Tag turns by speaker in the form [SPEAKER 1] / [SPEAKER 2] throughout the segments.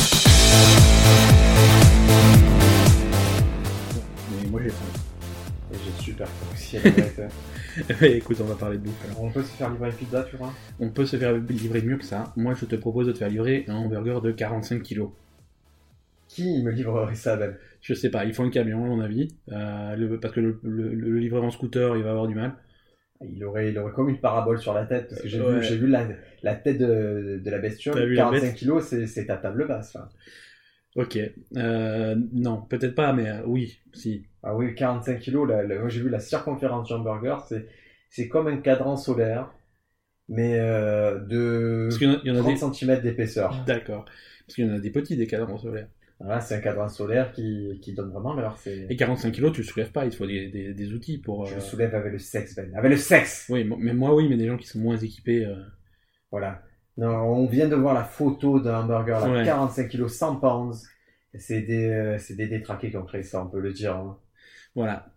[SPEAKER 1] super poussière. ouais.
[SPEAKER 2] Mais écoute, on va parler de bouffe alors.
[SPEAKER 1] On peut se faire livrer une pizza, tu vois
[SPEAKER 2] On peut se faire livrer mieux que ça. Moi, je te propose de te faire livrer un hamburger de 45 kilos.
[SPEAKER 1] Qui me livrerait ça, Ben
[SPEAKER 2] Je sais pas, il faut un camion, à mon avis. Euh, le- parce que le, le- le livreur en scooter, il va avoir du mal.
[SPEAKER 1] il aurait, il aurait comme une parabole sur la tête, parce que j'ai
[SPEAKER 2] Ouais.
[SPEAKER 1] vu, j'ai vu la, la tête de, de la
[SPEAKER 2] T'as vu
[SPEAKER 1] bestiole,
[SPEAKER 2] la
[SPEAKER 1] 45
[SPEAKER 2] bête
[SPEAKER 1] kilos, c'est, c'est ta table basse. hein. Là.
[SPEAKER 2] Ok. Euh, non, peut-être pas, mais euh, oui, si.
[SPEAKER 1] Ah oui, 45 kilos, la- la- moi j'ai vu la circonférence du hamburger, c'est, c'est comme un cadran solaire, mais euh, de
[SPEAKER 2] Parce qu'il y en a- il y en a
[SPEAKER 1] 30
[SPEAKER 2] des.
[SPEAKER 1] cm d'épaisseur.
[SPEAKER 2] D'accord. Parce qu'il y en a des petits, des cadrans solaires.
[SPEAKER 1] Voilà, c'est un cadran solaire qui, qui donne vraiment l'heure. C'est...
[SPEAKER 2] Et 45 kilos, tu le soulèves pas, il te faut des, des- des outils pour.
[SPEAKER 1] Je
[SPEAKER 2] euh,
[SPEAKER 1] le soulève avec le sexe, Ben. Avec le sexe
[SPEAKER 2] Oui, mo- mais moi, oui, mais des gens qui sont moins équipés. euh,
[SPEAKER 1] Voilà. Non, on vient de voir la photo d'un hamburger, là,
[SPEAKER 2] Ouais.
[SPEAKER 1] 45 kilos, 100 pounds. C'est des, euh, c'est des détraqués qui ont créé ça, on peut le dire. hein.
[SPEAKER 2] Voilà.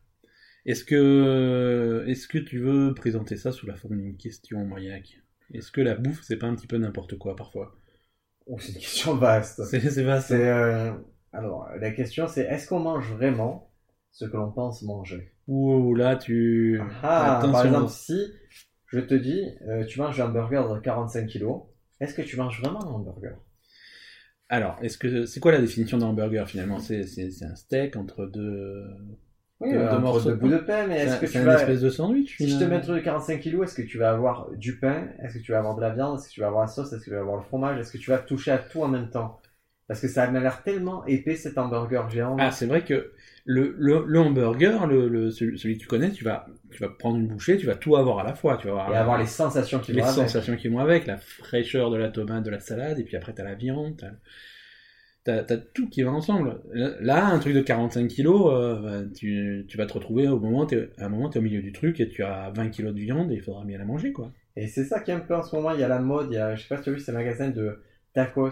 [SPEAKER 2] Est-ce que, est-ce que tu veux présenter ça sous la forme d'une question, Briac Est-ce que la bouffe, c'est pas un petit peu n'importe quoi parfois
[SPEAKER 1] Oh, c'est une question vaste.
[SPEAKER 2] C'est Ah, c'est vaste.
[SPEAKER 1] C'est, euh, Alors, la question c'est est-ce qu'on mange vraiment ce que l'on pense manger
[SPEAKER 2] Ouh, là, tu.
[SPEAKER 1] Ah, Par
[SPEAKER 2] Attention.
[SPEAKER 1] exemple, si je te dis euh, tu manges un burger de 45 kilos, est-ce que tu manges vraiment un hamburger
[SPEAKER 2] Alors, est-ce que c'est quoi la définition d'un hamburger finalement C'est c'est- c'est un steak entre deux.
[SPEAKER 1] Oui,
[SPEAKER 2] Deux- deux
[SPEAKER 1] Euh, un morceau
[SPEAKER 2] morceaux
[SPEAKER 1] de
[SPEAKER 2] de
[SPEAKER 1] bout de pain, mais
[SPEAKER 2] C'est
[SPEAKER 1] est-ce
[SPEAKER 2] un-
[SPEAKER 1] que tu
[SPEAKER 2] c'est une
[SPEAKER 1] vas...
[SPEAKER 2] espèce de sandwich
[SPEAKER 1] Si je te mets un
[SPEAKER 2] finalement.
[SPEAKER 1] truc de 45 kilos, est-ce que tu vas avoir du pain Est-ce que tu vas avoir de la viande Est-ce que tu vas avoir la sauce Est-ce que tu vas avoir le fromage Est-ce que tu vas toucher à tout en même temps Parce que ça m'a l'air tellement épais cet hamburger géant.
[SPEAKER 2] Ah, c'est vrai que le, le, le hamburger, le, le- celui, celui que tu connais, tu vas, tu vas prendre une bouchée, tu vas tout avoir à la fois. Tu vas avoir,
[SPEAKER 1] et avoir les sensations qui
[SPEAKER 2] les
[SPEAKER 1] vont avec.
[SPEAKER 2] sensations qui vont avec, la fraîcheur de la tomate, de la salade, et puis après t'as la viande, t'as, t'as- t'as tout qui va ensemble. Là, un truc de 45 kilos, euh, bah, tu, tu vas te retrouver au moment, t'es, à un moment t'es au milieu du truc et tu as 20 kilos de viande et il faudra bien la manger quoi.
[SPEAKER 1] Et c'est ça qui est un peu en ce moment. Il y a la mode. Il y a, je sais pas si tu as vu ces magasins de tacos.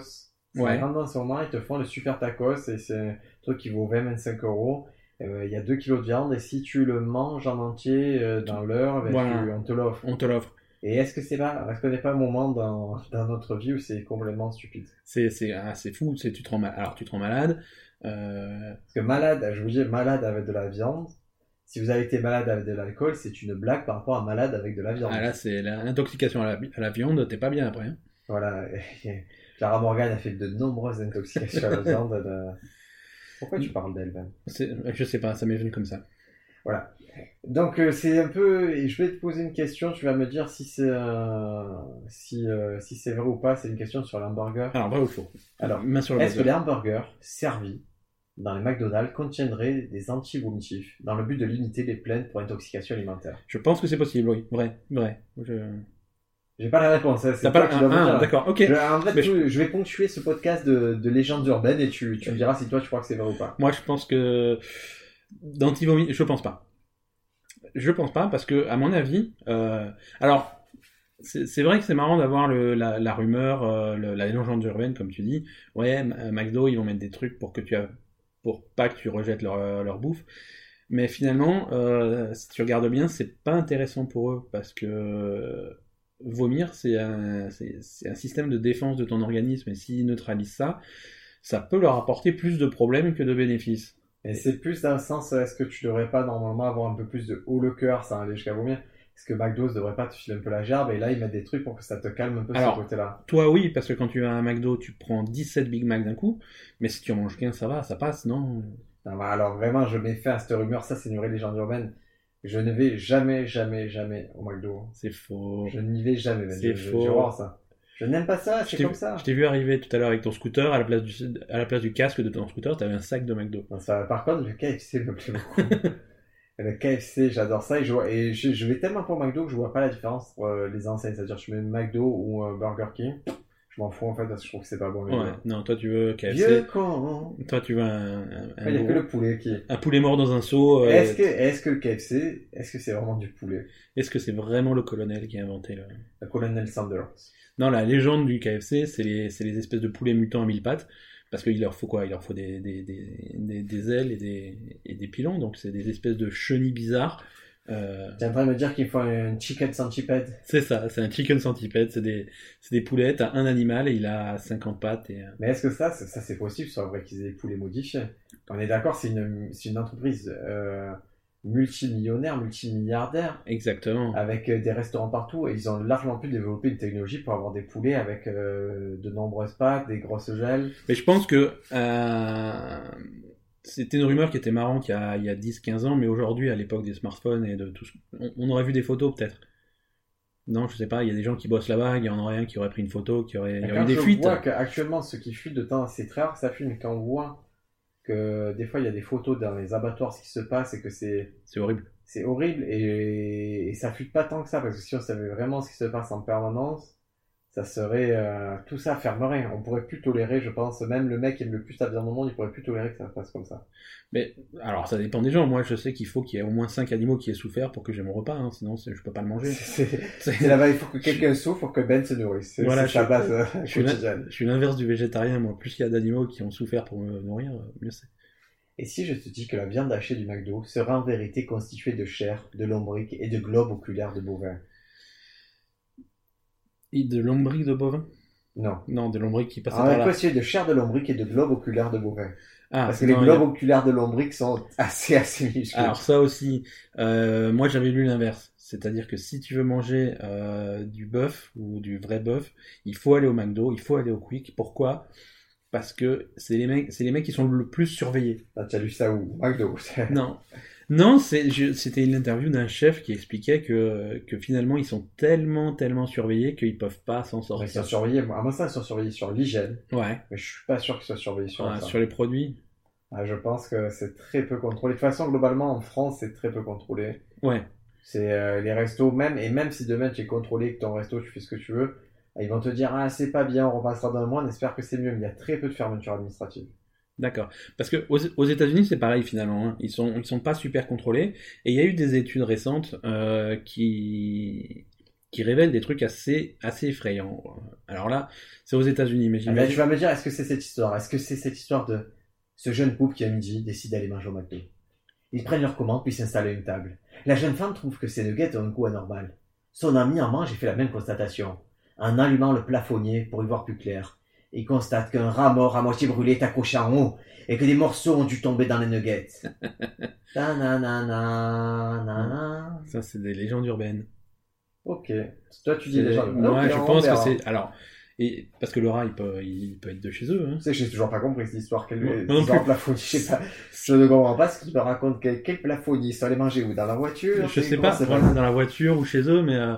[SPEAKER 1] C'est
[SPEAKER 2] Ouais.
[SPEAKER 1] vraiment en ce moment. Ils te font le super tacos et c'est un truc qui vaut 20-25 euros. Euh, Il y a 2 kilos de viande et si tu le manges en entier euh, dans l'heure, ben,
[SPEAKER 2] Voilà.
[SPEAKER 1] tu- on te l'offre.
[SPEAKER 2] On te l'offre.
[SPEAKER 1] Et est-ce que c'est pas, est-ce qu'on n'est pas un moment dans, dans notre vie où c'est complètement stupide
[SPEAKER 2] C'est, c'est, ah, c'est fou, c'est, tu te rends mal- alors tu te rends malade. euh,
[SPEAKER 1] Parce que malade, je vous dis malade avec de la viande. Si vous avez été malade avec de l'alcool, c'est une blague par rapport à malade avec de la viande.
[SPEAKER 2] ah, là, c'est l'intoxication à la, à la viande, t'es pas bien après. hein.
[SPEAKER 1] Voilà. Et Clara Morgan a fait de nombreuses intoxications à la viande. elle a- Pourquoi tu parles d'elle Ben
[SPEAKER 2] C'est- je sais pas, ça m'est venu comme ça.
[SPEAKER 1] Voilà. Donc euh, c'est un peu. Et je vais te poser une question. Tu vas me dire si c'est euh, si euh, si c'est vrai ou pas. C'est une question sur l'hamburger.
[SPEAKER 2] Alors, vrai ou faux
[SPEAKER 1] Alors,
[SPEAKER 2] main sur le
[SPEAKER 1] Est-ce que
[SPEAKER 2] buzzer.
[SPEAKER 1] les hamburgers servis dans les McDonald's contiendraient des anti-vomitifs dans le but de limiter les plaintes pour intoxication alimentaire
[SPEAKER 2] Je pense que c'est possible, oui. Vrai, vrai. Je...
[SPEAKER 1] J'ai pas la réponse. hein, c'est
[SPEAKER 2] T'as pas
[SPEAKER 1] toi
[SPEAKER 2] le-
[SPEAKER 1] qui dois me
[SPEAKER 2] ah,
[SPEAKER 1] dire.
[SPEAKER 2] d'accord, ok.
[SPEAKER 1] Je, en fait,
[SPEAKER 2] Mais
[SPEAKER 1] tu- je... vais ponctuer ce podcast de, de légendes urbaines et tu, tu me diras si toi tu crois que c'est vrai ou pas.
[SPEAKER 2] Moi, je pense que d'anti-vomi, je pense pas. Je pense pas parce que, à mon avis, euh, alors c'est c'est vrai que c'est marrant d'avoir le- la, la rumeur, euh, le- la légende urbaine, comme tu dis. Ouais, M- euh, McDo, ils vont mettre des trucs pour que tu as, pour pas que tu rejettes leur, euh, leur bouffe. Mais finalement, euh, si tu regardes bien, c'est pas intéressant pour eux parce que euh, vomir, c'est un, c'est- c'est un système de défense de ton organisme et s'ils neutralisent ça, ça peut leur apporter plus de problèmes que de bénéfices.
[SPEAKER 1] Et c'est plus dans le sens est-ce que tu devrais pas normalement avoir un peu plus de haut le cœur sans aller jusqu'à vomir Est-ce que McDo devrait pas te filer un peu la gerbe et là ils mettent des trucs pour que ça te calme un peu
[SPEAKER 2] Alors,
[SPEAKER 1] ce côté-là
[SPEAKER 2] Toi, oui, parce que quand tu vas à un McDo, tu prends 17 Big Mac d'un coup, mais si tu en manges qu'un, ça va, ça passe, non
[SPEAKER 1] Non, bah, Alors vraiment, je mets fin à cette rumeur. Ça, c'est une vraie légende urbaine. Je ne vais jamais, jamais, jamais au McDo.
[SPEAKER 2] C'est faux.
[SPEAKER 1] Je n'y vais jamais, Ben.
[SPEAKER 2] C'est
[SPEAKER 1] Je- je-
[SPEAKER 2] faux.
[SPEAKER 1] J'ai horreur, ça. Je n'aime pas ça,
[SPEAKER 2] Je
[SPEAKER 1] c'est
[SPEAKER 2] t'ai-
[SPEAKER 1] comme ça.
[SPEAKER 2] Je t'ai vu arriver tout à l'heure avec ton scooter, à la place du, à la place du casque de ton scooter, t'avais un sac de McDo.
[SPEAKER 1] Non, ça, par contre, le KFC me plaît beaucoup. le KFC, j'adore ça. Et, je, vois- et je, je vais tellement pour McDo que je vois pas la différence entre euh, les enseignes. C'est-à-dire, je mets McDo ou euh, Burger King. Je m'en fous en fait parce que je trouve que c'est pas bon. les
[SPEAKER 2] Ouais,
[SPEAKER 1] deux.
[SPEAKER 2] non, toi tu veux KFC.
[SPEAKER 1] Vieux con
[SPEAKER 2] Toi tu veux un, un-
[SPEAKER 1] Il
[SPEAKER 2] un
[SPEAKER 1] n'y a
[SPEAKER 2] gros-
[SPEAKER 1] que le poulet qui est.
[SPEAKER 2] un poulet mort dans un seau. euh,
[SPEAKER 1] Est-ce que, est que le KFC, est-ce que c'est vraiment du poulet
[SPEAKER 2] est-ce que c'est vraiment le colonel qui a inventé le.
[SPEAKER 1] Le colonel Sanders.
[SPEAKER 2] Non, la légende du KFC, c'est les, c'est les espèces de poulets mutants à mille pattes. Parce qu'il leur faut quoi Il leur faut des, des, des, des- des ailes et des, et des pilons. Donc c'est des espèces de chenilles bizarres. Euh,
[SPEAKER 1] Tu es en train de me dire qu'il faut un chicken centipede
[SPEAKER 2] c'est ça, c'est un chicken centipede. C'est des, c'est des poulets. T'as un animal et il a 50 pattes. Et, euh,
[SPEAKER 1] Mais est-ce que ça, c'est- ça c'est possible, soit vrai qu'ils aient les poulets modifiés On est d'accord, c'est une, c'est une entreprise euh, multimillionnaires, multimilliardaires,
[SPEAKER 2] Exactement.
[SPEAKER 1] avec euh, des restaurants partout, et ils ont largement pu développer une technologie pour avoir des poulets avec euh, de nombreuses pâtes, des grosses gels.
[SPEAKER 2] Mais je pense que euh, c'était une rumeur qui était marrante il y a, il y a 10-15 ans, mais aujourd'hui, à l'époque des smartphones et de tout ce... on, on aurait vu des photos peut-être. Non, je sais pas, il y a des gens qui bossent là-bas, il y en aurait un qui aurait pris une photo, qui aurait, il y
[SPEAKER 1] Et
[SPEAKER 2] aurait
[SPEAKER 1] quand
[SPEAKER 2] eu des
[SPEAKER 1] je
[SPEAKER 2] fuites.
[SPEAKER 1] vois qu'actuellement, ceux qui fuient de temps, c'est très rare que ça fuit, mais quand on voit que des fois, il y a des photos dans les abattoirs, ce qui se passe, et que c'est
[SPEAKER 2] C'est horrible.
[SPEAKER 1] c'est horrible, et, et ça fuit pas tant que ça, parce que si on savait vraiment ce qui se passe en permanence, ça serait... euh, tout ça fermerait. On pourrait plus tolérer, je pense, même le mec qui aime le plus la viande au monde, il pourrait plus tolérer que ça se passe comme ça.
[SPEAKER 2] Mais alors, ça dépend des gens. Moi, je sais qu'il faut qu'il y ait au moins 5 animaux qui aient souffert pour que j'ai mon repas, hein, sinon c'est- je peux pas le manger.
[SPEAKER 1] C'est
[SPEAKER 2] C'est-
[SPEAKER 1] c'est là-bas, il faut que quelqu'un souffre pour que Ben se nourrisse. C'est
[SPEAKER 2] Voilà,
[SPEAKER 1] c'est sa
[SPEAKER 2] je-
[SPEAKER 1] base euh,
[SPEAKER 2] je suis là-
[SPEAKER 1] quotidienne.
[SPEAKER 2] Je suis l'inverse du végétarien, moi. Plus il y a d'animaux qui ont souffert pour me nourrir, mieux c'est.
[SPEAKER 1] Et si je te dis que la viande hachée du McDo serait en vérité constituée de chair, de lombric et de globes oculaires de bovins
[SPEAKER 2] Et de lombrics de bovins
[SPEAKER 1] Non.
[SPEAKER 2] Non, de lombrics qui passent
[SPEAKER 1] En
[SPEAKER 2] par là.
[SPEAKER 1] réalité, de chair de lombric et de globes oculaires de bovins.
[SPEAKER 2] Ah,
[SPEAKER 1] Parce que
[SPEAKER 2] non,
[SPEAKER 1] les
[SPEAKER 2] il y a-
[SPEAKER 1] globes oculaires de lombric sont assez, assez minuscules.
[SPEAKER 2] Alors ça aussi, euh, moi j'avais lu l'inverse. C'est-à-dire que si tu veux manger euh, du bœuf ou du vrai bœuf, il faut aller au McDo, il faut aller au Quick. Pourquoi Parce que c'est les mecs, c'est les mecs qui sont le plus surveillés.
[SPEAKER 1] Ah, tu as lu ça où Au McDo.
[SPEAKER 2] Non, non, c'est- je- c'était une interview d'un chef qui expliquait que que finalement ils sont tellement tellement surveillés qu'ils peuvent pas s'en
[SPEAKER 1] Ils sont
[SPEAKER 2] sortir.
[SPEAKER 1] surveillés, à mon sens, ils sont surveillés sur l'hygiène,
[SPEAKER 2] Ouais.
[SPEAKER 1] mais je suis pas sûr qu'ils soient surveillés sur
[SPEAKER 2] Ah,
[SPEAKER 1] ça.
[SPEAKER 2] sur les produits.
[SPEAKER 1] Ah, je pense que c'est très peu contrôlé. De toute façon, globalement, en France, c'est très peu contrôlé.
[SPEAKER 2] Ouais.
[SPEAKER 1] C'est euh, les restos, même, et même si demain tu es contrôlé, que ton resto, tu fais ce que tu veux, ils vont te dire Ah, c'est pas bien, on repassera dans le mois, on espère que c'est mieux. Mais il y a très peu de fermetures administratives.
[SPEAKER 2] D'accord. Parce que aux, aux États-Unis, c'est pareil finalement. hein. Ils sont ils sont pas super contrôlés. Et il y a eu des études récentes euh, qui qui révèlent des trucs assez assez effrayants. Alors là, c'est aux États-Unis, mais
[SPEAKER 1] Ah, mais tu
[SPEAKER 2] j'imagine.
[SPEAKER 1] vas me dire Est-ce que c'est cette histoire Est-ce que c'est cette histoire de ce jeune couple qui à midi décide d'aller manger au McDo Ils prennent leur commande puis s'installent à une table. La jeune femme trouve que ses nuggets ont un goût anormal. Son ami en mange et fait la même constatation. En allumant le plafonnier pour y voir plus clair, il constate qu'un rat mort à moitié brûlé est accroché en haut et que des morceaux ont dû tomber dans les nuggets. Ta-na-na-na, na-na.
[SPEAKER 2] Ça, c'est des légendes urbaines.
[SPEAKER 1] Ok. Toi, tu dis
[SPEAKER 2] C'est-
[SPEAKER 1] déjà.
[SPEAKER 2] Moi,
[SPEAKER 1] Ok,
[SPEAKER 2] je
[SPEAKER 1] on
[SPEAKER 2] pense que
[SPEAKER 1] verra.
[SPEAKER 2] c'est alors. Et parce que le rat, il peut il peut être de chez eux. Hein.
[SPEAKER 1] Tu sais, j'ai toujours pas compris cette histoire. Quel
[SPEAKER 2] Moi- moi
[SPEAKER 1] cette
[SPEAKER 2] non
[SPEAKER 1] histoire
[SPEAKER 2] plus.
[SPEAKER 1] plafonnier, je sais pas. Je ne comprends pas ce qu'il me raconte. Quel, quel plafonnier Ils sont allés manger où Dans la voiture
[SPEAKER 2] Je sais
[SPEAKER 1] Comment
[SPEAKER 2] pas,
[SPEAKER 1] ça
[SPEAKER 2] dans,
[SPEAKER 1] va
[SPEAKER 2] dans la voiture ou chez eux, mais euh,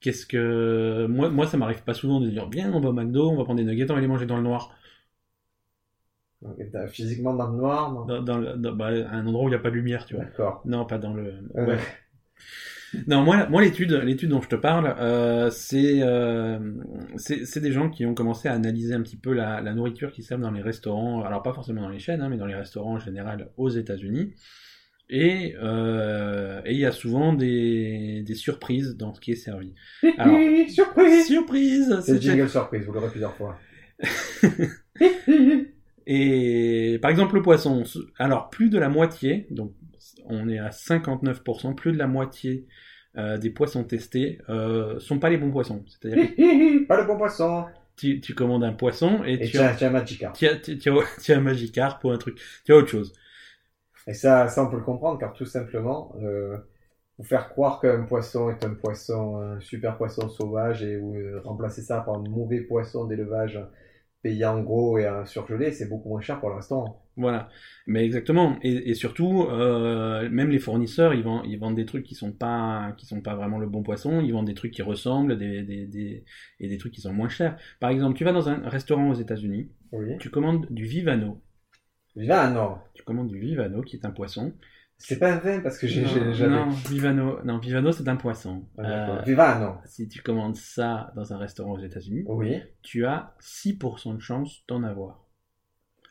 [SPEAKER 2] qu'est-ce que moi, moi, ça m'arrive pas souvent de dire bien, on va au McDo, on va prendre des nuggets, on va les manger dans le noir,
[SPEAKER 1] Donc, t'as- Physiquement dans le noir non
[SPEAKER 2] dans, dans le- dans- bah, à un endroit où il y a pas de lumière, tu vois.
[SPEAKER 1] D'accord.
[SPEAKER 2] Non, pas dans le.
[SPEAKER 1] Euh.
[SPEAKER 2] ouais. Non, moi, la- moi l'étude, l'étude dont je te parle, euh, c'est, euh, c'est, c'est des gens qui ont commencé à analyser un petit peu la, la nourriture qui servent dans les restaurants, alors pas forcément dans les chaînes, hein, mais dans les restaurants en général aux États-Unis. Et euh, et il y a souvent des, des surprises dans ce qui est servi. Alors-
[SPEAKER 1] Hi, hi, surprise
[SPEAKER 2] Surprise
[SPEAKER 1] C'est le
[SPEAKER 2] c'était-
[SPEAKER 1] jingle surprise, vous l'aurez plusieurs fois.
[SPEAKER 2] Et par exemple, le poisson, ce- alors plus de la moitié, donc on est à 59%, plus de la moitié euh, des poissons testés euh, sont pas les bons poissons. C'est-à-dire que
[SPEAKER 1] pas le bon poisson
[SPEAKER 2] tu, tu commandes un poisson et,
[SPEAKER 1] Et
[SPEAKER 2] tu,
[SPEAKER 1] tiens,
[SPEAKER 2] as,
[SPEAKER 1] tiens, Magica.
[SPEAKER 2] tu, as, tu- tu as- tu as un Magikarp ou un truc, tu as autre chose.
[SPEAKER 1] Et ça, ça, on peut le comprendre, car tout simplement, euh, vous faire croire qu'un poisson est un poisson, un super poisson sauvage, et ou, euh, remplacer ça par un mauvais poisson d'élevage payé en gros et euh, surgelé, c'est beaucoup moins cher pour le restaurant.
[SPEAKER 2] Voilà, mais exactement. Et, et surtout, euh, même les fournisseurs, ils vendent, ils vendent des trucs qui sont pas, qui sont pas vraiment le bon poisson. Ils vendent des trucs qui ressemblent, des, des, des- et des trucs qui sont moins chers. Par exemple, tu vas dans un restaurant aux États-Unis,
[SPEAKER 1] Oui.
[SPEAKER 2] tu commandes du Vivano.
[SPEAKER 1] Vivano
[SPEAKER 2] Tu commandes du Vivano, qui est un poisson.
[SPEAKER 1] C'est pas un vin, parce que j'ai j'ai
[SPEAKER 2] non,
[SPEAKER 1] jamais...
[SPEAKER 2] non, Vivano, non, Vivano, c'est un poisson.
[SPEAKER 1] Ah, d'accord.
[SPEAKER 2] Euh,
[SPEAKER 1] Vivano
[SPEAKER 2] si tu commandes ça dans un restaurant aux États-Unis,
[SPEAKER 1] Oui.
[SPEAKER 2] tu as 6% de chance d'en avoir.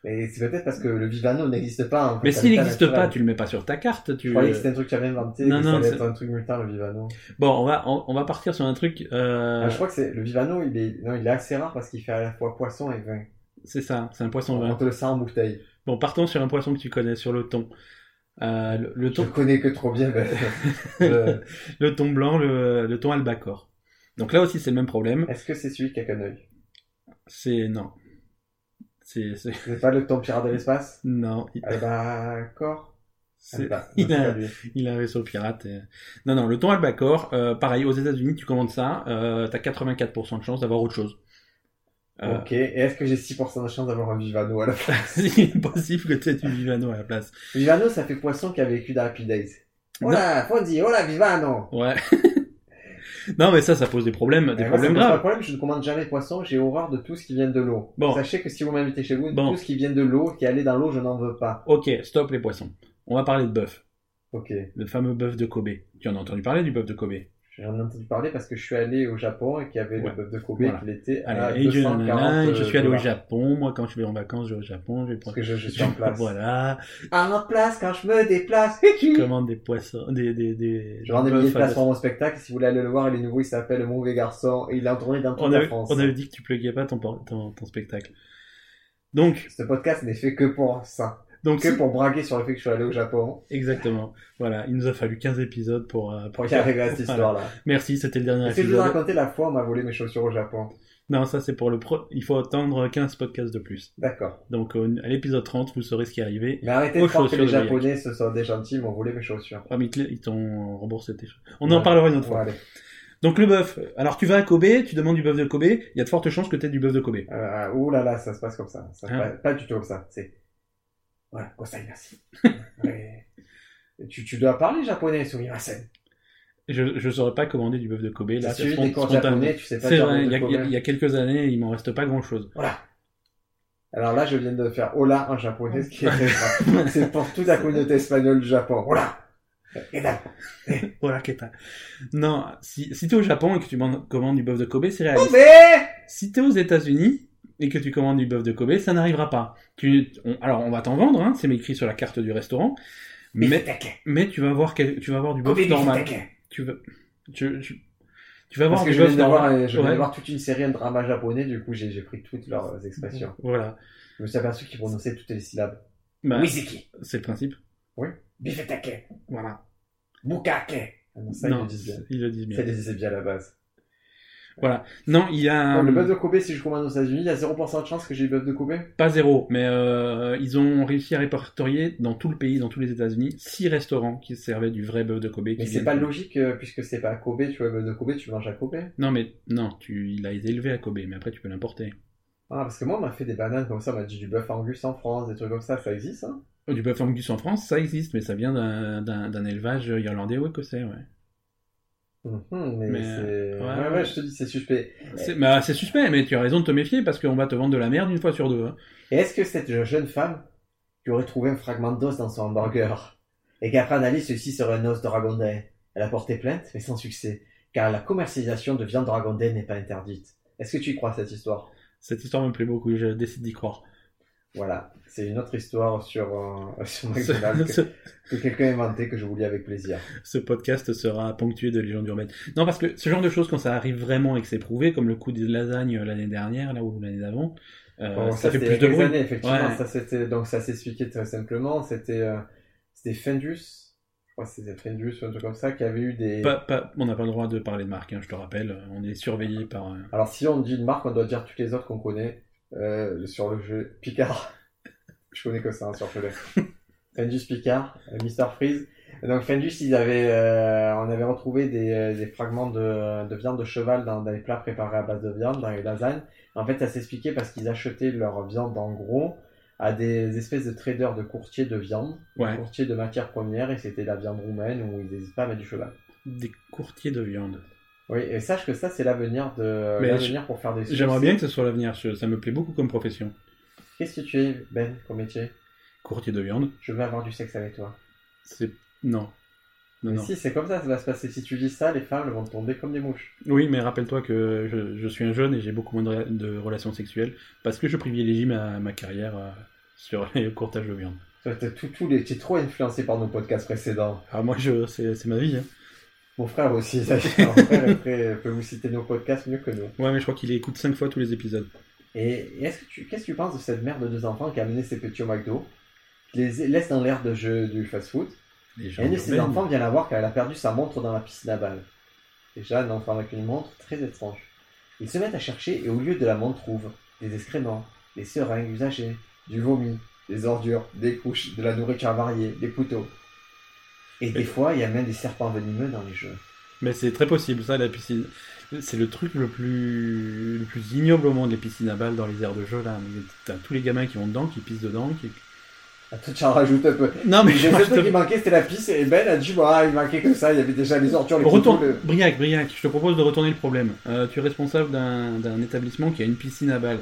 [SPEAKER 1] Et c'est peut-être parce que le Vivano n'existe pas. en fait,
[SPEAKER 2] Mais
[SPEAKER 1] ça
[SPEAKER 2] s'il
[SPEAKER 1] n'est
[SPEAKER 2] n'existe pas,
[SPEAKER 1] naturel.
[SPEAKER 2] tu le mets pas sur ta carte.
[SPEAKER 1] Je
[SPEAKER 2] Tu...
[SPEAKER 1] croyais que c'était un truc que j'avais inventé,
[SPEAKER 2] Non,
[SPEAKER 1] que ça
[SPEAKER 2] non,
[SPEAKER 1] allait
[SPEAKER 2] c'est- Euh.
[SPEAKER 1] être un truc mutin, le Vivano.
[SPEAKER 2] Bon, on va, on, on va partir sur un truc. euh,
[SPEAKER 1] Ah, je crois que c'est le Vivano, il est, non, il est assez rare parce qu'il fait à la fois poisson et vin.
[SPEAKER 2] C'est ça, c'est un poisson
[SPEAKER 1] On
[SPEAKER 2] vin.
[SPEAKER 1] te le sert en bouteille.
[SPEAKER 2] Bon, partons sur un poisson que tu connais, sur le thon. Euh, le, le
[SPEAKER 1] Je
[SPEAKER 2] thon,
[SPEAKER 1] le connais que trop bien. euh, ben, je-
[SPEAKER 2] le thon blanc, le, le thon albacore. Donc là aussi, c'est le même problème.
[SPEAKER 1] Est-ce que c'est celui qui a qu'un œil
[SPEAKER 2] C'est non. C'est c'est-
[SPEAKER 1] C'est pas le temps pirate de l'espace Ah bah,
[SPEAKER 2] non. Il-
[SPEAKER 1] Eh ben, corps.
[SPEAKER 2] C'est- il, a, il a un vaisseau pirate. et- Non, non, le thon albacore, euh, pareil, aux États-Unis, tu commandes ça, euh, t'as 84% de chance d'avoir autre chose. Euh,
[SPEAKER 1] Ok, et est-ce que j'ai 6% de chance d'avoir un Vivano à la fin
[SPEAKER 2] il est possible que tu aies du Vivano à la place.
[SPEAKER 1] Vivano, ça fait poisson qui a vécu dans Happy Days.
[SPEAKER 2] Non.
[SPEAKER 1] Hola, Fondi, hola, Vivano
[SPEAKER 2] Ouais. non, mais ça, ça pose des problèmes, des
[SPEAKER 1] Eh, moi, ça
[SPEAKER 2] problèmes
[SPEAKER 1] me pose pas
[SPEAKER 2] graves.
[SPEAKER 1] de problème, je ne commande jamais de poisson, j'ai horreur de tout ce qui vient de l'eau.
[SPEAKER 2] Bon.
[SPEAKER 1] Sachez que si vous m'invitez chez vous,
[SPEAKER 2] Bon.
[SPEAKER 1] tout ce qui vient de l'eau, qui allait dans l'eau, je n'en veux pas.
[SPEAKER 2] Ok, stop les poissons. On va parler de bœuf.
[SPEAKER 1] Ok,
[SPEAKER 2] Le fameux bœuf de Kobe. Tu en as entendu parler du bœuf de
[SPEAKER 1] Euh,
[SPEAKER 2] Kobe
[SPEAKER 1] j'en ai entendu parler parce que je suis allé au Japon et qu'il y avait
[SPEAKER 2] Ouais.
[SPEAKER 1] le bœuf de Kobe
[SPEAKER 2] Voilà.
[SPEAKER 1] et qu'il était à
[SPEAKER 2] Allez, et je,
[SPEAKER 1] 240
[SPEAKER 2] nanana, et je suis allé au
[SPEAKER 1] euh, dollars.
[SPEAKER 2] Japon. Moi, quand je vais en vacances, je vais au Japon. Je vais
[SPEAKER 1] Parce
[SPEAKER 2] prendre...
[SPEAKER 1] que je, je suis en place.
[SPEAKER 2] Voilà.
[SPEAKER 1] En place quand je me déplace.
[SPEAKER 2] Je
[SPEAKER 1] je
[SPEAKER 2] commande des poissons, des, des, des...
[SPEAKER 1] vends des billets de
[SPEAKER 2] bœufs à
[SPEAKER 1] place
[SPEAKER 2] la-
[SPEAKER 1] pour mon spectacle. Si vous voulez aller le voir, il est nouveau, il s'appelle Mauvais Garçon. Et il est en tournée dans toute
[SPEAKER 2] on
[SPEAKER 1] la
[SPEAKER 2] avait,
[SPEAKER 1] France.
[SPEAKER 2] on avait dit que tu pluguais pas ton, por- ton, ton spectacle. Donc,
[SPEAKER 1] Ce podcast n'est fait que pour ça.
[SPEAKER 2] donc
[SPEAKER 1] Que
[SPEAKER 2] si-
[SPEAKER 1] pour braguer sur le fait que je suis allé au Japon.
[SPEAKER 2] exactement. Voilà, il nous a fallu 15 épisodes pour, euh,
[SPEAKER 1] Pour y arriver à cette
[SPEAKER 2] Voilà.
[SPEAKER 1] histoire-là.
[SPEAKER 2] Merci, c'était le dernier
[SPEAKER 1] Est-ce que je vous ai
[SPEAKER 2] épisode.
[SPEAKER 1] raconté la fois où on m'a volé mes chaussures au Japon
[SPEAKER 2] Non, ça c'est pour le pro. Il faut attendre 15 podcasts de plus.
[SPEAKER 1] D'accord.
[SPEAKER 2] Donc au- à l'épisode 30, vous saurez ce qui est arrivé.
[SPEAKER 1] Mais arrêtez
[SPEAKER 2] Aux
[SPEAKER 1] de croire que
[SPEAKER 2] chaussures
[SPEAKER 1] les
[SPEAKER 2] de Mayak.
[SPEAKER 1] Japonais, ce sont des gentils, ils m'ont volé mes chaussures.
[SPEAKER 2] Ah, mais ils te- ils t'ont remboursé tes choses. On en
[SPEAKER 1] Ouais.
[SPEAKER 2] parlera une autre
[SPEAKER 1] Bon,
[SPEAKER 2] fois.
[SPEAKER 1] allez.
[SPEAKER 2] Donc le bœuf. Alors tu vas à Kobe, tu demandes du bœuf de Kobe, il y a de fortes chances que tu aies du bœuf de Kobe.
[SPEAKER 1] Euh, ouh là là, ça se passe comme ça. Ça se
[SPEAKER 2] Hein
[SPEAKER 1] passe- pas, du tout comme ça. C'est. Voilà, Kosai, merci. Ouais. tu, tu dois parler japonais, Sumimasen.
[SPEAKER 2] Je, je saurais pas commander du bœuf de Kobe. Là,
[SPEAKER 1] T'as
[SPEAKER 2] c'est
[SPEAKER 1] suivi
[SPEAKER 2] spont-
[SPEAKER 1] des cours
[SPEAKER 2] spontané.
[SPEAKER 1] japonais, tu sais pas
[SPEAKER 2] C'est
[SPEAKER 1] dire
[SPEAKER 2] vrai,
[SPEAKER 1] de
[SPEAKER 2] il y, a,
[SPEAKER 1] Kobe.
[SPEAKER 2] il y a- il y a quelques années, il m'en reste pas grand chose.
[SPEAKER 1] Voilà. Alors là, je viens de faire hola en japonais, ce qui est très grave. C'est pour toute la communauté espagnole du Japon. Hola Et là,
[SPEAKER 2] Voilà, qu'est-ce que t'as. Non, si, si t'es au Japon et que tu man- commandes du bœuf de Kobe, c'est réaliste.
[SPEAKER 1] Kobe Ouais,
[SPEAKER 2] Si t'es aux États-Unis et que tu commandes du bœuf de Kobe, ça n'arrivera pas. Tu, on- alors, on va t'en vendre, hein, c'est écrit sur la carte du restaurant, mais,
[SPEAKER 1] Bifutake.
[SPEAKER 2] mais tu vas voir quel- tu vas voir du
[SPEAKER 1] Kobe
[SPEAKER 2] bœuf normal.
[SPEAKER 1] Bifutake.
[SPEAKER 2] Tu vas, tu, tu, tu vas voir
[SPEAKER 1] Parce que
[SPEAKER 2] du
[SPEAKER 1] je viens
[SPEAKER 2] bœuf
[SPEAKER 1] d'avoir
[SPEAKER 2] normal.
[SPEAKER 1] euh, je viens
[SPEAKER 2] Ouais,
[SPEAKER 1] de voir toute une série de drama japonais, du coup j'ai j'ai pris toutes leurs expressions.
[SPEAKER 2] Voilà.
[SPEAKER 1] Je me suis aperçu qu'ils prononçaient toutes les syllabes.
[SPEAKER 2] Bah,
[SPEAKER 1] Wiziki,
[SPEAKER 2] C'est le principe.
[SPEAKER 1] Bifutake,
[SPEAKER 2] Voilà.
[SPEAKER 1] Bukake. Ah non, ça ils
[SPEAKER 2] non,
[SPEAKER 1] le disent bien.
[SPEAKER 2] ils le disent bien.
[SPEAKER 1] Ça ils le disaient bien à la base.
[SPEAKER 2] Non, il y a
[SPEAKER 1] Bon, le bœuf de Kobe, si je commande aux États-Unis, il y a 0% de chance que j'ai le bœuf de Kobe
[SPEAKER 2] pas zéro, mais euh, ils ont réussi à répertorier dans tout le pays, dans tous les États-Unis, six restaurants qui servaient du vrai bœuf de Kobe. qui
[SPEAKER 1] Mais c'est
[SPEAKER 2] viennent-
[SPEAKER 1] pas logique euh, puisque c'est pas à Kobe, tu vois, le bœuf de Kobe, tu le manges à Kobe.
[SPEAKER 2] Non, mais non, tu, il a été élevé à Kobe, mais après tu peux l'importer.
[SPEAKER 1] Ah, parce que moi, on m'a fait des bananes comme ça, on m'a dit du bœuf Angus en France, des trucs comme ça, ça existe, hein
[SPEAKER 2] Oh, Du bœuf Angus en France, ça existe, mais ça vient d'un- d'un d'un élevage irlandais ou écossais, ouais.
[SPEAKER 1] Mhm, Mais,
[SPEAKER 2] Mais,
[SPEAKER 1] c'est.
[SPEAKER 2] ouais,
[SPEAKER 1] Ouais, ouais,
[SPEAKER 2] ouais.
[SPEAKER 1] je te dis, c'est suspect.
[SPEAKER 2] C'est bah, c'est suspect, mais tu as raison de te méfier parce qu'on va te vendre de la merde une fois sur deux. hein.
[SPEAKER 1] Et est-ce que cette jeune femme qui aurait trouvé un fragment d'os dans son hamburger et qu'après analyse ceci serait un os de ragondin Elle a porté plainte, mais sans succès, car la commercialisation de viande ragondin n'est pas interdite. Est-ce que tu y crois cette histoire
[SPEAKER 2] Cette histoire me plaît beaucoup, je décide d'y croire.
[SPEAKER 1] Voilà, c'est une autre histoire sur, euh, sur
[SPEAKER 2] Ce,
[SPEAKER 1] McDonald's
[SPEAKER 2] ce-
[SPEAKER 1] que, que quelqu'un a inventé que je vous lis avec plaisir.
[SPEAKER 2] ce podcast sera ponctué de légendes urbaines. Non, parce que ce genre de choses, quand ça arrive vraiment et que c'est prouvé, comme le coup des lasagnes euh, l'année dernière, là ou l'année d'avant, euh,
[SPEAKER 1] Bon,
[SPEAKER 2] ça, fait plus de
[SPEAKER 1] c'était il y a quelques
[SPEAKER 2] bruit.
[SPEAKER 1] années, effectivement,
[SPEAKER 2] Ouais.
[SPEAKER 1] ça c'était donc ça s'expliquait très simplement. C'était euh, c'était Fendus, je crois que c'était Fendus ou un truc comme ça qui avait eu des.
[SPEAKER 2] Pas- pas- on n'a pas le droit de parler de marque, hein, je te rappelle. euh, On est surveillé par. euh,
[SPEAKER 1] Alors si on dit une marque, on doit dire toutes les autres qu'on connaît euh, sur le jeu Picard. je connais que ça hein, sur Pelé. Fendus Picard, euh, Mister Freeze. Et donc Fendus, ils avaient, euh, on avait retrouvé des, euh, des fragments de, de viande de cheval dans, dans les plats préparés à base de viande, dans les lasagnes. En fait, ça s'expliquait parce qu'ils achetaient leur viande en gros à des espèces de traders de courtiers de viande,
[SPEAKER 2] ouais,
[SPEAKER 1] courtiers de matières premières, et c'était la viande roumaine où ils n'hésitent pas à mettre du cheval.
[SPEAKER 2] des courtiers de viande.
[SPEAKER 1] Oui, et sache que ça, c'est l'avenir de
[SPEAKER 2] Mais
[SPEAKER 1] l'avenir pour faire des sauces.
[SPEAKER 2] J'aimerais bien que ce soit l'avenir, je- ça me plaît beaucoup comme profession.
[SPEAKER 1] Qu'est-ce que tu es, Ben, comme métier
[SPEAKER 2] Courtier de viande,
[SPEAKER 1] Je veux avoir du sexe avec toi.
[SPEAKER 2] c'est. Non. Non,
[SPEAKER 1] Mais
[SPEAKER 2] non.
[SPEAKER 1] si, c'est comme ça, ça va se passer. Si tu dis ça, les femmes vont tomber comme des mouches.
[SPEAKER 2] Oui, mais rappelle-toi que je, je suis un jeune et j'ai beaucoup moins de, ré- de relations sexuelles parce que je privilégie ma, ma carrière euh, sur les courtages de viande.
[SPEAKER 1] Toi, t'es tout, tout les... t'es trop influencé par nos podcasts précédents.
[SPEAKER 2] Ah, moi, je, c'est, c'est ma vie. hein.
[SPEAKER 1] Mon frère aussi, d'ailleurs. Mon frère après, peut vous citer nos podcasts mieux que nous.
[SPEAKER 2] Ouais, mais je crois qu'il écoute 5 fois tous les épisodes.
[SPEAKER 1] Et, et est-ce que tu... qu'est-ce que tu penses de cette mère de deux enfants qui a amené ses petits au McDo qui les laisse dans l'air de jeu du fast-food
[SPEAKER 2] Les
[SPEAKER 1] Et une de
[SPEAKER 2] urbaines.
[SPEAKER 1] ses enfants vient la voir car elle a perdu sa montre dans la piscine à balles. Déjà, un enfant avec une montre, très étrange. Ils se mettent à chercher et au lieu de la montre trouvent des excréments, des seringues usagées, du vomi, des ordures, des couches, de la nourriture variée, des couteaux. Et des fois, il y a même des serpents venimeux dans les jeux.
[SPEAKER 2] Mais c'est très possible, ça, la piscine. C'est le truc le plus, le plus ignoble au monde, les piscines à balles dans les aires de jeu. Là. T'as tous les gamins qui vont dedans, qui pissent dedans. Qui...
[SPEAKER 1] Ah, Peut-être j'en rajoute un peu.
[SPEAKER 2] Non, mais
[SPEAKER 1] J'ai
[SPEAKER 2] je-
[SPEAKER 1] le seul truc qui manquait, c'était la piste. Et Ben a dit, bah, il manquait que ça. Il y avait déjà les ordures, les
[SPEAKER 2] Retourne,
[SPEAKER 1] couteaux, le-
[SPEAKER 2] Briac, Briac, je te propose de retourner le problème. Euh, tu es responsable d'un d'un établissement qui a une piscine à balles.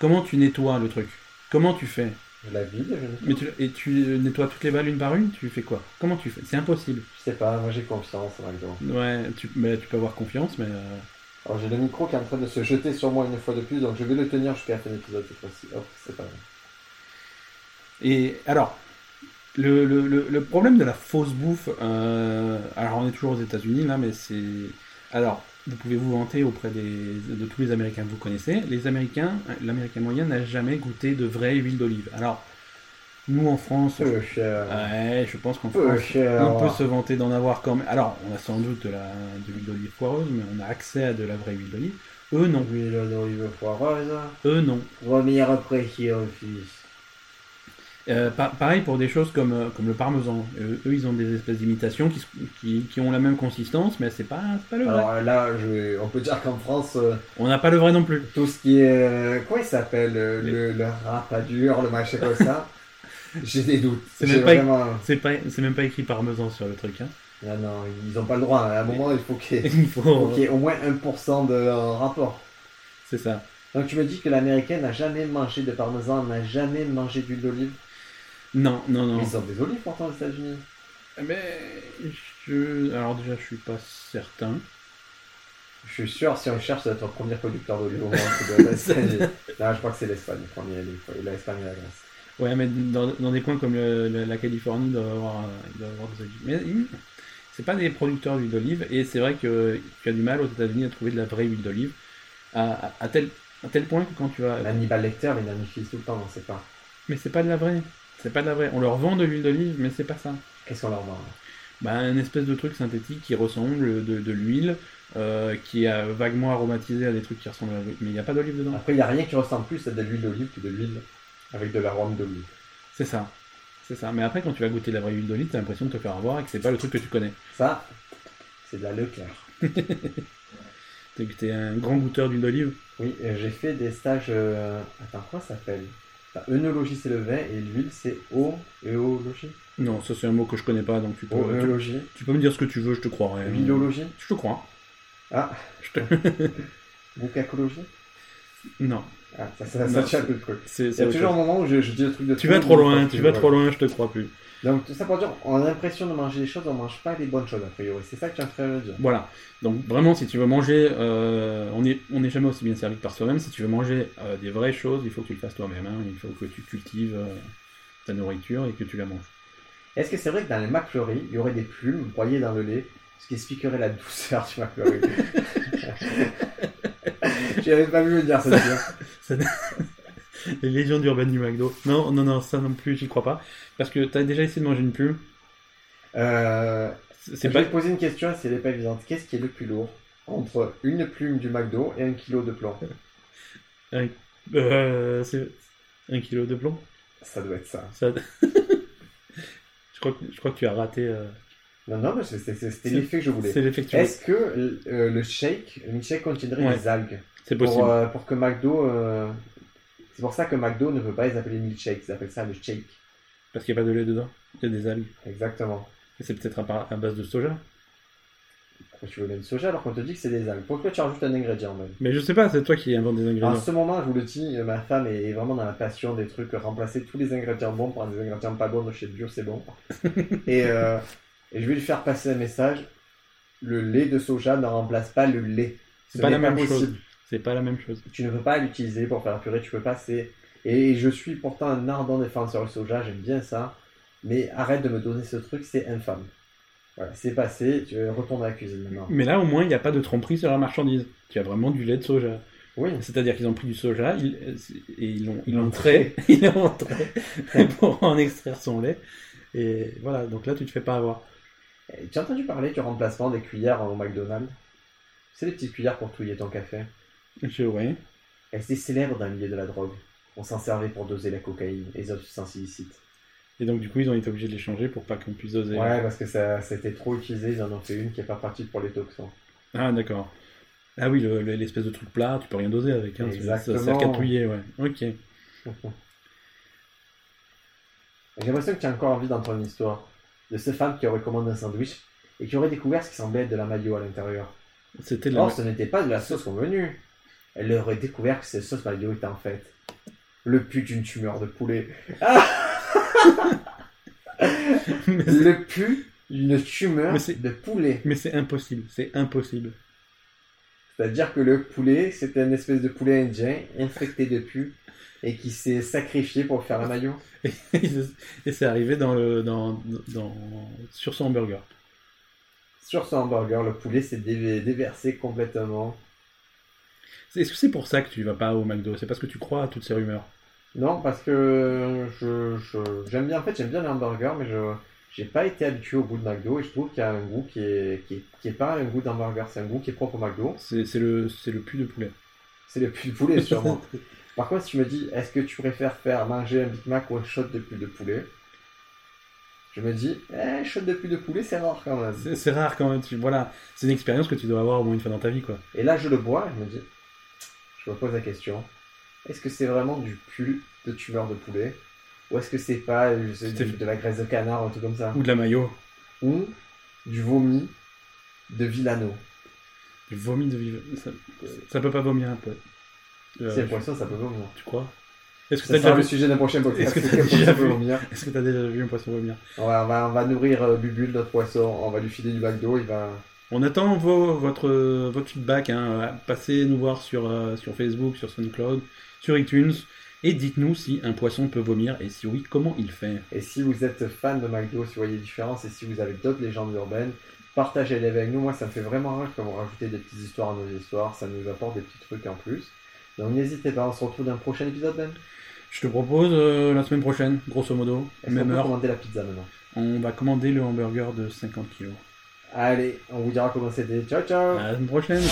[SPEAKER 2] Comment tu nettoies le truc Comment tu fais
[SPEAKER 1] La ville, je...
[SPEAKER 2] Mais tu- Et tu nettoies toutes les balles une par une Tu fais quoi Comment tu fais C'est impossible.
[SPEAKER 1] je sais pas, moi j'ai confiance en McDo.
[SPEAKER 2] Ouais, tu, mais tu peux avoir confiance, mais... euh,
[SPEAKER 1] Alors j'ai le micro qui est en train de se jeter sur moi une fois de plus, donc je vais le tenir jusqu'à la fin de l'épisode cette fois-ci. Hop, c'est pas mal.
[SPEAKER 2] Et alors, le, le- le- le problème de la fausse bouffe, euh, alors on est toujours aux États-Unis là, mais c'est. Alors, vous pouvez vous vanter auprès des, de tous les Américains que vous connaissez. Les Américains, l'Américain moyen n'a jamais goûté de vraie huile d'olive. Alors, nous en France,
[SPEAKER 1] Peu cher.
[SPEAKER 2] ouais, je pense qu'en
[SPEAKER 1] Peu
[SPEAKER 2] France,
[SPEAKER 1] cher.
[SPEAKER 2] on peut se vanter d'en avoir quand même. Alors, on a sans doute de, la, de l'huile d'olive poireuse, mais on a accès à de la vraie huile d'olive. Eux, non.
[SPEAKER 1] Oui, là, d'olive foireuse.
[SPEAKER 2] Eux, non.
[SPEAKER 1] Première précieux, fils.
[SPEAKER 2] Euh, pa- pareil pour des choses comme, euh, comme le parmesan. Euh, eux, ils ont des espèces d'imitations qui, se- qui, qui ont la même consistance, mais c'est pas, c'est pas le vrai.
[SPEAKER 1] Alors euh, là, je vais- on peut dire qu'en France, euh,
[SPEAKER 2] On n'a pas le vrai non plus.
[SPEAKER 1] tout ce qui est. euh, Quoi il s'appelle euh, le, le rapadure, le machin comme ça J'ai des doutes.
[SPEAKER 2] C'est
[SPEAKER 1] J'ai
[SPEAKER 2] même pas-
[SPEAKER 1] vraiment-
[SPEAKER 2] C'est pas, c'est même pas écrit parmesan sur le truc. Hein.
[SPEAKER 1] Non, non, ils ont pas le droit. hein. À un moment, il faut qu'il y ait,
[SPEAKER 2] Il faut- euh,
[SPEAKER 1] faut qu'il y ait au moins 1% de euh, rapport.
[SPEAKER 2] C'est ça.
[SPEAKER 1] Donc tu me dis que l'américain n'a jamais mangé de parmesan, n'a jamais mangé d'huile d'olive.
[SPEAKER 2] Non, non, non.
[SPEAKER 1] Ils ont des olives pourtant aux États-Unis.
[SPEAKER 2] Mais je, alors déjà, je suis pas certain.
[SPEAKER 1] Je suis sûr, si on cherche, notre premier producteur d'olive au monde. c'est de l'Espagne. non, je crois que c'est l'Espagne, le premier, les- l'Espagne et la Grèce.
[SPEAKER 2] Ouais, mais dans, dans des coins comme le- le- la Californie, il doit y avoir, euh, il doit y avoir des olives. Mais hum, c'est pas des producteurs d'huile d'olive, et c'est vrai que tu as du mal aux États-Unis à trouver de la vraie huile d'olive. À, à- à tel, à tel point que quand tu vas.
[SPEAKER 1] Hannibal Lecter, il en utilise tout le temps, on sait pas.
[SPEAKER 2] Mais c'est pas de la vraie. C'est pas de la vraie. On leur vend de l'huile d'olive, mais c'est pas ça.
[SPEAKER 1] Qu'est-ce qu'on leur vend
[SPEAKER 2] Bah, un espèce de truc synthétique qui ressemble de, de l'huile, euh, qui est euh, vaguement aromatisé à des trucs qui ressemblent à l'huile. Mais il n'y a pas d'olive dedans.
[SPEAKER 1] Après, il n'y a rien qui ressemble plus à de l'huile d'olive que de l'huile avec de l'arôme d'olive.
[SPEAKER 2] C'est ça. C'est ça. Mais après, quand tu vas goûter de la vraie huile d'olive, t'as l'impression de te faire avoir et que c'est pas le truc que tu connais.
[SPEAKER 1] Ça, c'est de la Leclerc.
[SPEAKER 2] T'es- T'es un grand goûteur d'huile d'olive.
[SPEAKER 1] Oui, euh, j'ai fait des stages. euh, Attends, quoi ça s'appelle La œnologie, c'est le vin et l'huile, c'est o... éologie.
[SPEAKER 2] Non, ça c'est un mot que je connais pas, donc tu peux,
[SPEAKER 1] E Oh,
[SPEAKER 2] tu,
[SPEAKER 1] Oeologie.
[SPEAKER 2] tu peux me dire ce que tu veux, je te croirais.
[SPEAKER 1] Huilologie.
[SPEAKER 2] Je te crois.
[SPEAKER 1] Ah,
[SPEAKER 2] Je te-
[SPEAKER 1] boucacologie.
[SPEAKER 2] Non.
[SPEAKER 1] Ah, ça, ça,
[SPEAKER 2] Non,
[SPEAKER 1] ça tient un peu le truc.
[SPEAKER 2] C'est,
[SPEAKER 1] Il y
[SPEAKER 2] c'est
[SPEAKER 1] a
[SPEAKER 2] autre
[SPEAKER 1] toujours un
[SPEAKER 2] chose.
[SPEAKER 1] moment où je, je dis le truc de
[SPEAKER 2] Tu vas trop loin, tu vas trop loin, je te crois plus.
[SPEAKER 1] Donc, tout ça pour dire, on a l'impression de manger des choses, on mange pas les bonnes choses a priori. C'est ça que tu es en train de me dire.
[SPEAKER 2] Voilà. Donc vraiment, si tu veux manger, euh, on n'est on n'est jamais aussi bien servi que par soi-même. Si tu veux manger euh, des vraies choses, il faut que tu le fasses toi-même. hein. Il faut que tu cultives euh, ta nourriture et que tu la manges.
[SPEAKER 1] Est-ce que c'est vrai que dans les McFlurry, il y aurait des plumes broyées dans le lait, ce qui expliquerait la douceur du McFlurry J'avais pas vu venir ça. tu vois.
[SPEAKER 2] Les légions d'Urban du McDo. Non, non, non, ça non plus, j'y crois pas. Parce que t'as déjà essayé de manger une plume.
[SPEAKER 1] Euh,
[SPEAKER 2] C'est
[SPEAKER 1] je
[SPEAKER 2] c'est pas...
[SPEAKER 1] vais te poser une question, si elle n'est pas évidente. Qu'est-ce qui est le plus lourd entre une plume du McDo et un kilo de plomb
[SPEAKER 2] euh, c'est un kilo de plomb.
[SPEAKER 1] Ça doit être ça.
[SPEAKER 2] Ça- je, crois que, je crois que tu as raté... euh,
[SPEAKER 1] Non, non, mais c'est- c'est- c'est- c'était
[SPEAKER 2] C'est-
[SPEAKER 1] l'effet que je voulais.
[SPEAKER 2] C'est l'effet que tu
[SPEAKER 1] Est-ce que euh, le shake, le milkshake contiendrait
[SPEAKER 2] Ouais.
[SPEAKER 1] des algues
[SPEAKER 2] C'est possible.
[SPEAKER 1] pour, euh, pour que McDo. euh, C'est pour ça que McDo ne veut pas les appeler milkshake, ils appellent ça le shake.
[SPEAKER 2] Parce qu'il n'y a pas de lait dedans. Il y a des algues.
[SPEAKER 1] Exactement.
[SPEAKER 2] Et c'est peut-être à, par- à base de soja.
[SPEAKER 1] Pourquoi tu veux même soja alors qu'on te dit que c'est des algues Pourquoi tu rajoutes un ingrédient même
[SPEAKER 2] Mais je sais pas, c'est toi qui invente des
[SPEAKER 1] En
[SPEAKER 2] ingrédients.
[SPEAKER 1] ce moment, je vous le dis, euh, ma femme est vraiment dans la passion des trucs, euh, remplacer tous les ingrédients bons par des ingrédients pas bons de chez Bio, c'est bon. et, euh, et je vais lui faire passer un message le lait de soja ne remplace pas le lait.
[SPEAKER 2] C'est
[SPEAKER 1] Ce
[SPEAKER 2] pas la
[SPEAKER 1] n'est
[SPEAKER 2] même chose.
[SPEAKER 1] possible.
[SPEAKER 2] C'est pas la même chose.
[SPEAKER 1] Tu ne peux pas l'utiliser pour faire purée, tu peux pas. c'est- Et je suis pourtant un ardent défenseur du soja, j'aime bien ça, mais arrête de me donner ce truc, c'est infâme. Voilà, c'est passé, tu retournes à la cuisine maintenant.
[SPEAKER 2] Mais là, au moins, il n'y a pas de tromperie sur la marchandise. Tu as vraiment du lait de soja.
[SPEAKER 1] Oui.
[SPEAKER 2] C'est-à-dire qu'ils ont pris du soja ils- euh, c'est- et ils l'ont ils l'ont trait, ils l'ont trait pour en extraire son lait. Et voilà, donc là, tu te fais pas avoir.
[SPEAKER 1] Eh, Tu as entendu parler du remplacement des cuillères au McDonald's C'est les petites cuillères pour touiller ton café.
[SPEAKER 2] Je, ouais.
[SPEAKER 1] Elles étaient célèbres dans le milieu de la drogue. On s'en servait pour doser la cocaïne et les autres substances illicites.
[SPEAKER 2] Et donc, du coup, ils ont été obligés de les changer pour pas qu'on puisse oser.
[SPEAKER 1] Ouais, parce que ça, c'était trop utilisé, ils en ont fait une qui est pas partie pour les toxins.
[SPEAKER 2] Ah, d'accord. Ah oui, le- le- l'espèce de truc plat, tu peux rien doser avec. Hein, ça- ça- Ça
[SPEAKER 1] Exactement.
[SPEAKER 2] catouillé, ouais. Ok.
[SPEAKER 1] J'ai l'impression que tu as encore envie d'entendre une histoire de ce fan qui aurait commandé un sandwich et qui aurait découvert ce qui semblait être de la mayo à l'intérieur.
[SPEAKER 2] C'était de la.
[SPEAKER 1] Or, ce n'était pas de la sauce convenue. Elle aurait découvert que cette sauce mayo était en fait le pus d'une tumeur de poulet.
[SPEAKER 2] Mais c'est-
[SPEAKER 1] Le pus d'une tumeur
[SPEAKER 2] Mais c'est-
[SPEAKER 1] de poulet.
[SPEAKER 2] Mais c'est impossible, c'est impossible.
[SPEAKER 1] C'est-à-dire que le poulet, c'était une espèce de poulet indien infecté de pus et qui s'est sacrifié pour faire la mayo.
[SPEAKER 2] Et c'est arrivé dans le, dans, dans, sur son hamburger.
[SPEAKER 1] Sur ce hamburger, le poulet s'est dé- déversé complètement.
[SPEAKER 2] C'est- Est-ce que c'est pour ça que tu vas pas au McDo C'est parce que tu crois à toutes ces rumeurs.
[SPEAKER 1] Non, parce que je, je- j'aime bien, en fait, j'aime bien les hamburgers, mais je j'ai pas été habitué au goût de McDo et je trouve qu'il y a un goût qui est, qui est, qui est pas un goût d'hamburger, c'est un goût qui est propre au McDo.
[SPEAKER 2] C'est c'est le, c'est le puits de poulet.
[SPEAKER 1] C'est le pus de poulet, sûrement. Par contre, si tu me dis, est-ce que tu préfères faire manger un Big Mac ou un shot de pus de poulet Je me dis, eh, shot de pus de poulet, c'est rare quand même.
[SPEAKER 2] C'est c'est rare quand même. Tu, voilà, c'est une expérience que tu dois avoir au moins une fois dans ta vie, quoi.
[SPEAKER 1] Et là, je le bois, je me dis, je me pose la question, est-ce que c'est vraiment du pus de tumeur de poulet Ou est-ce que c'est pas euh, c'est
[SPEAKER 2] C'était-
[SPEAKER 1] du- de la graisse de canard ou un truc comme ça
[SPEAKER 2] Ou de la mayo,
[SPEAKER 1] Ou du vomi de Villano
[SPEAKER 2] du vomi de vivre. Ça, ça peut pas vomir un peu.
[SPEAKER 1] C'est un poisson, ça peut vomir.
[SPEAKER 2] Tu crois Est-ce Euh, que
[SPEAKER 1] Ça
[SPEAKER 2] t'as
[SPEAKER 1] sera
[SPEAKER 2] déjà
[SPEAKER 1] le
[SPEAKER 2] vu
[SPEAKER 1] sujet d'un prochain
[SPEAKER 2] Est-ce
[SPEAKER 1] podcast.
[SPEAKER 2] que
[SPEAKER 1] c'est
[SPEAKER 2] t'as
[SPEAKER 1] poisson
[SPEAKER 2] déjà
[SPEAKER 1] peut
[SPEAKER 2] vu
[SPEAKER 1] vomir
[SPEAKER 2] Est-ce que t'as déjà vu un poisson vomir
[SPEAKER 1] Ouais, on, va, on va nourrir euh, Bubule, notre poisson, on va lui filer du McDo, il va...
[SPEAKER 2] On attend vos- votre, euh, votre feedback. hein. Passez nous voir sur, euh, sur Facebook, sur SoundCloud, sur iTunes. Et dites-nous si un poisson peut vomir et si oui, comment il fait.
[SPEAKER 1] Et si vous êtes fan de McDo, si vous voyez différence, et si vous avez d'autres légendes urbaines, partagez-les avec nous. Moi, ça me fait vraiment rire quand vous rajoutez des petites histoires à nos histoires. Ça nous apporte des petits trucs en plus. Donc n'hésitez pas, on se retrouve dans un prochain épisode même.
[SPEAKER 2] Je te propose euh, la semaine prochaine, grosso modo,
[SPEAKER 1] Est-ce qu'on
[SPEAKER 2] même
[SPEAKER 1] peut
[SPEAKER 2] heure.
[SPEAKER 1] commander la pizza maintenant
[SPEAKER 2] On va commander le hamburger de 50 kilos.
[SPEAKER 1] Allez, on vous dira comment c'était. Ciao, ciao
[SPEAKER 2] À la semaine prochaine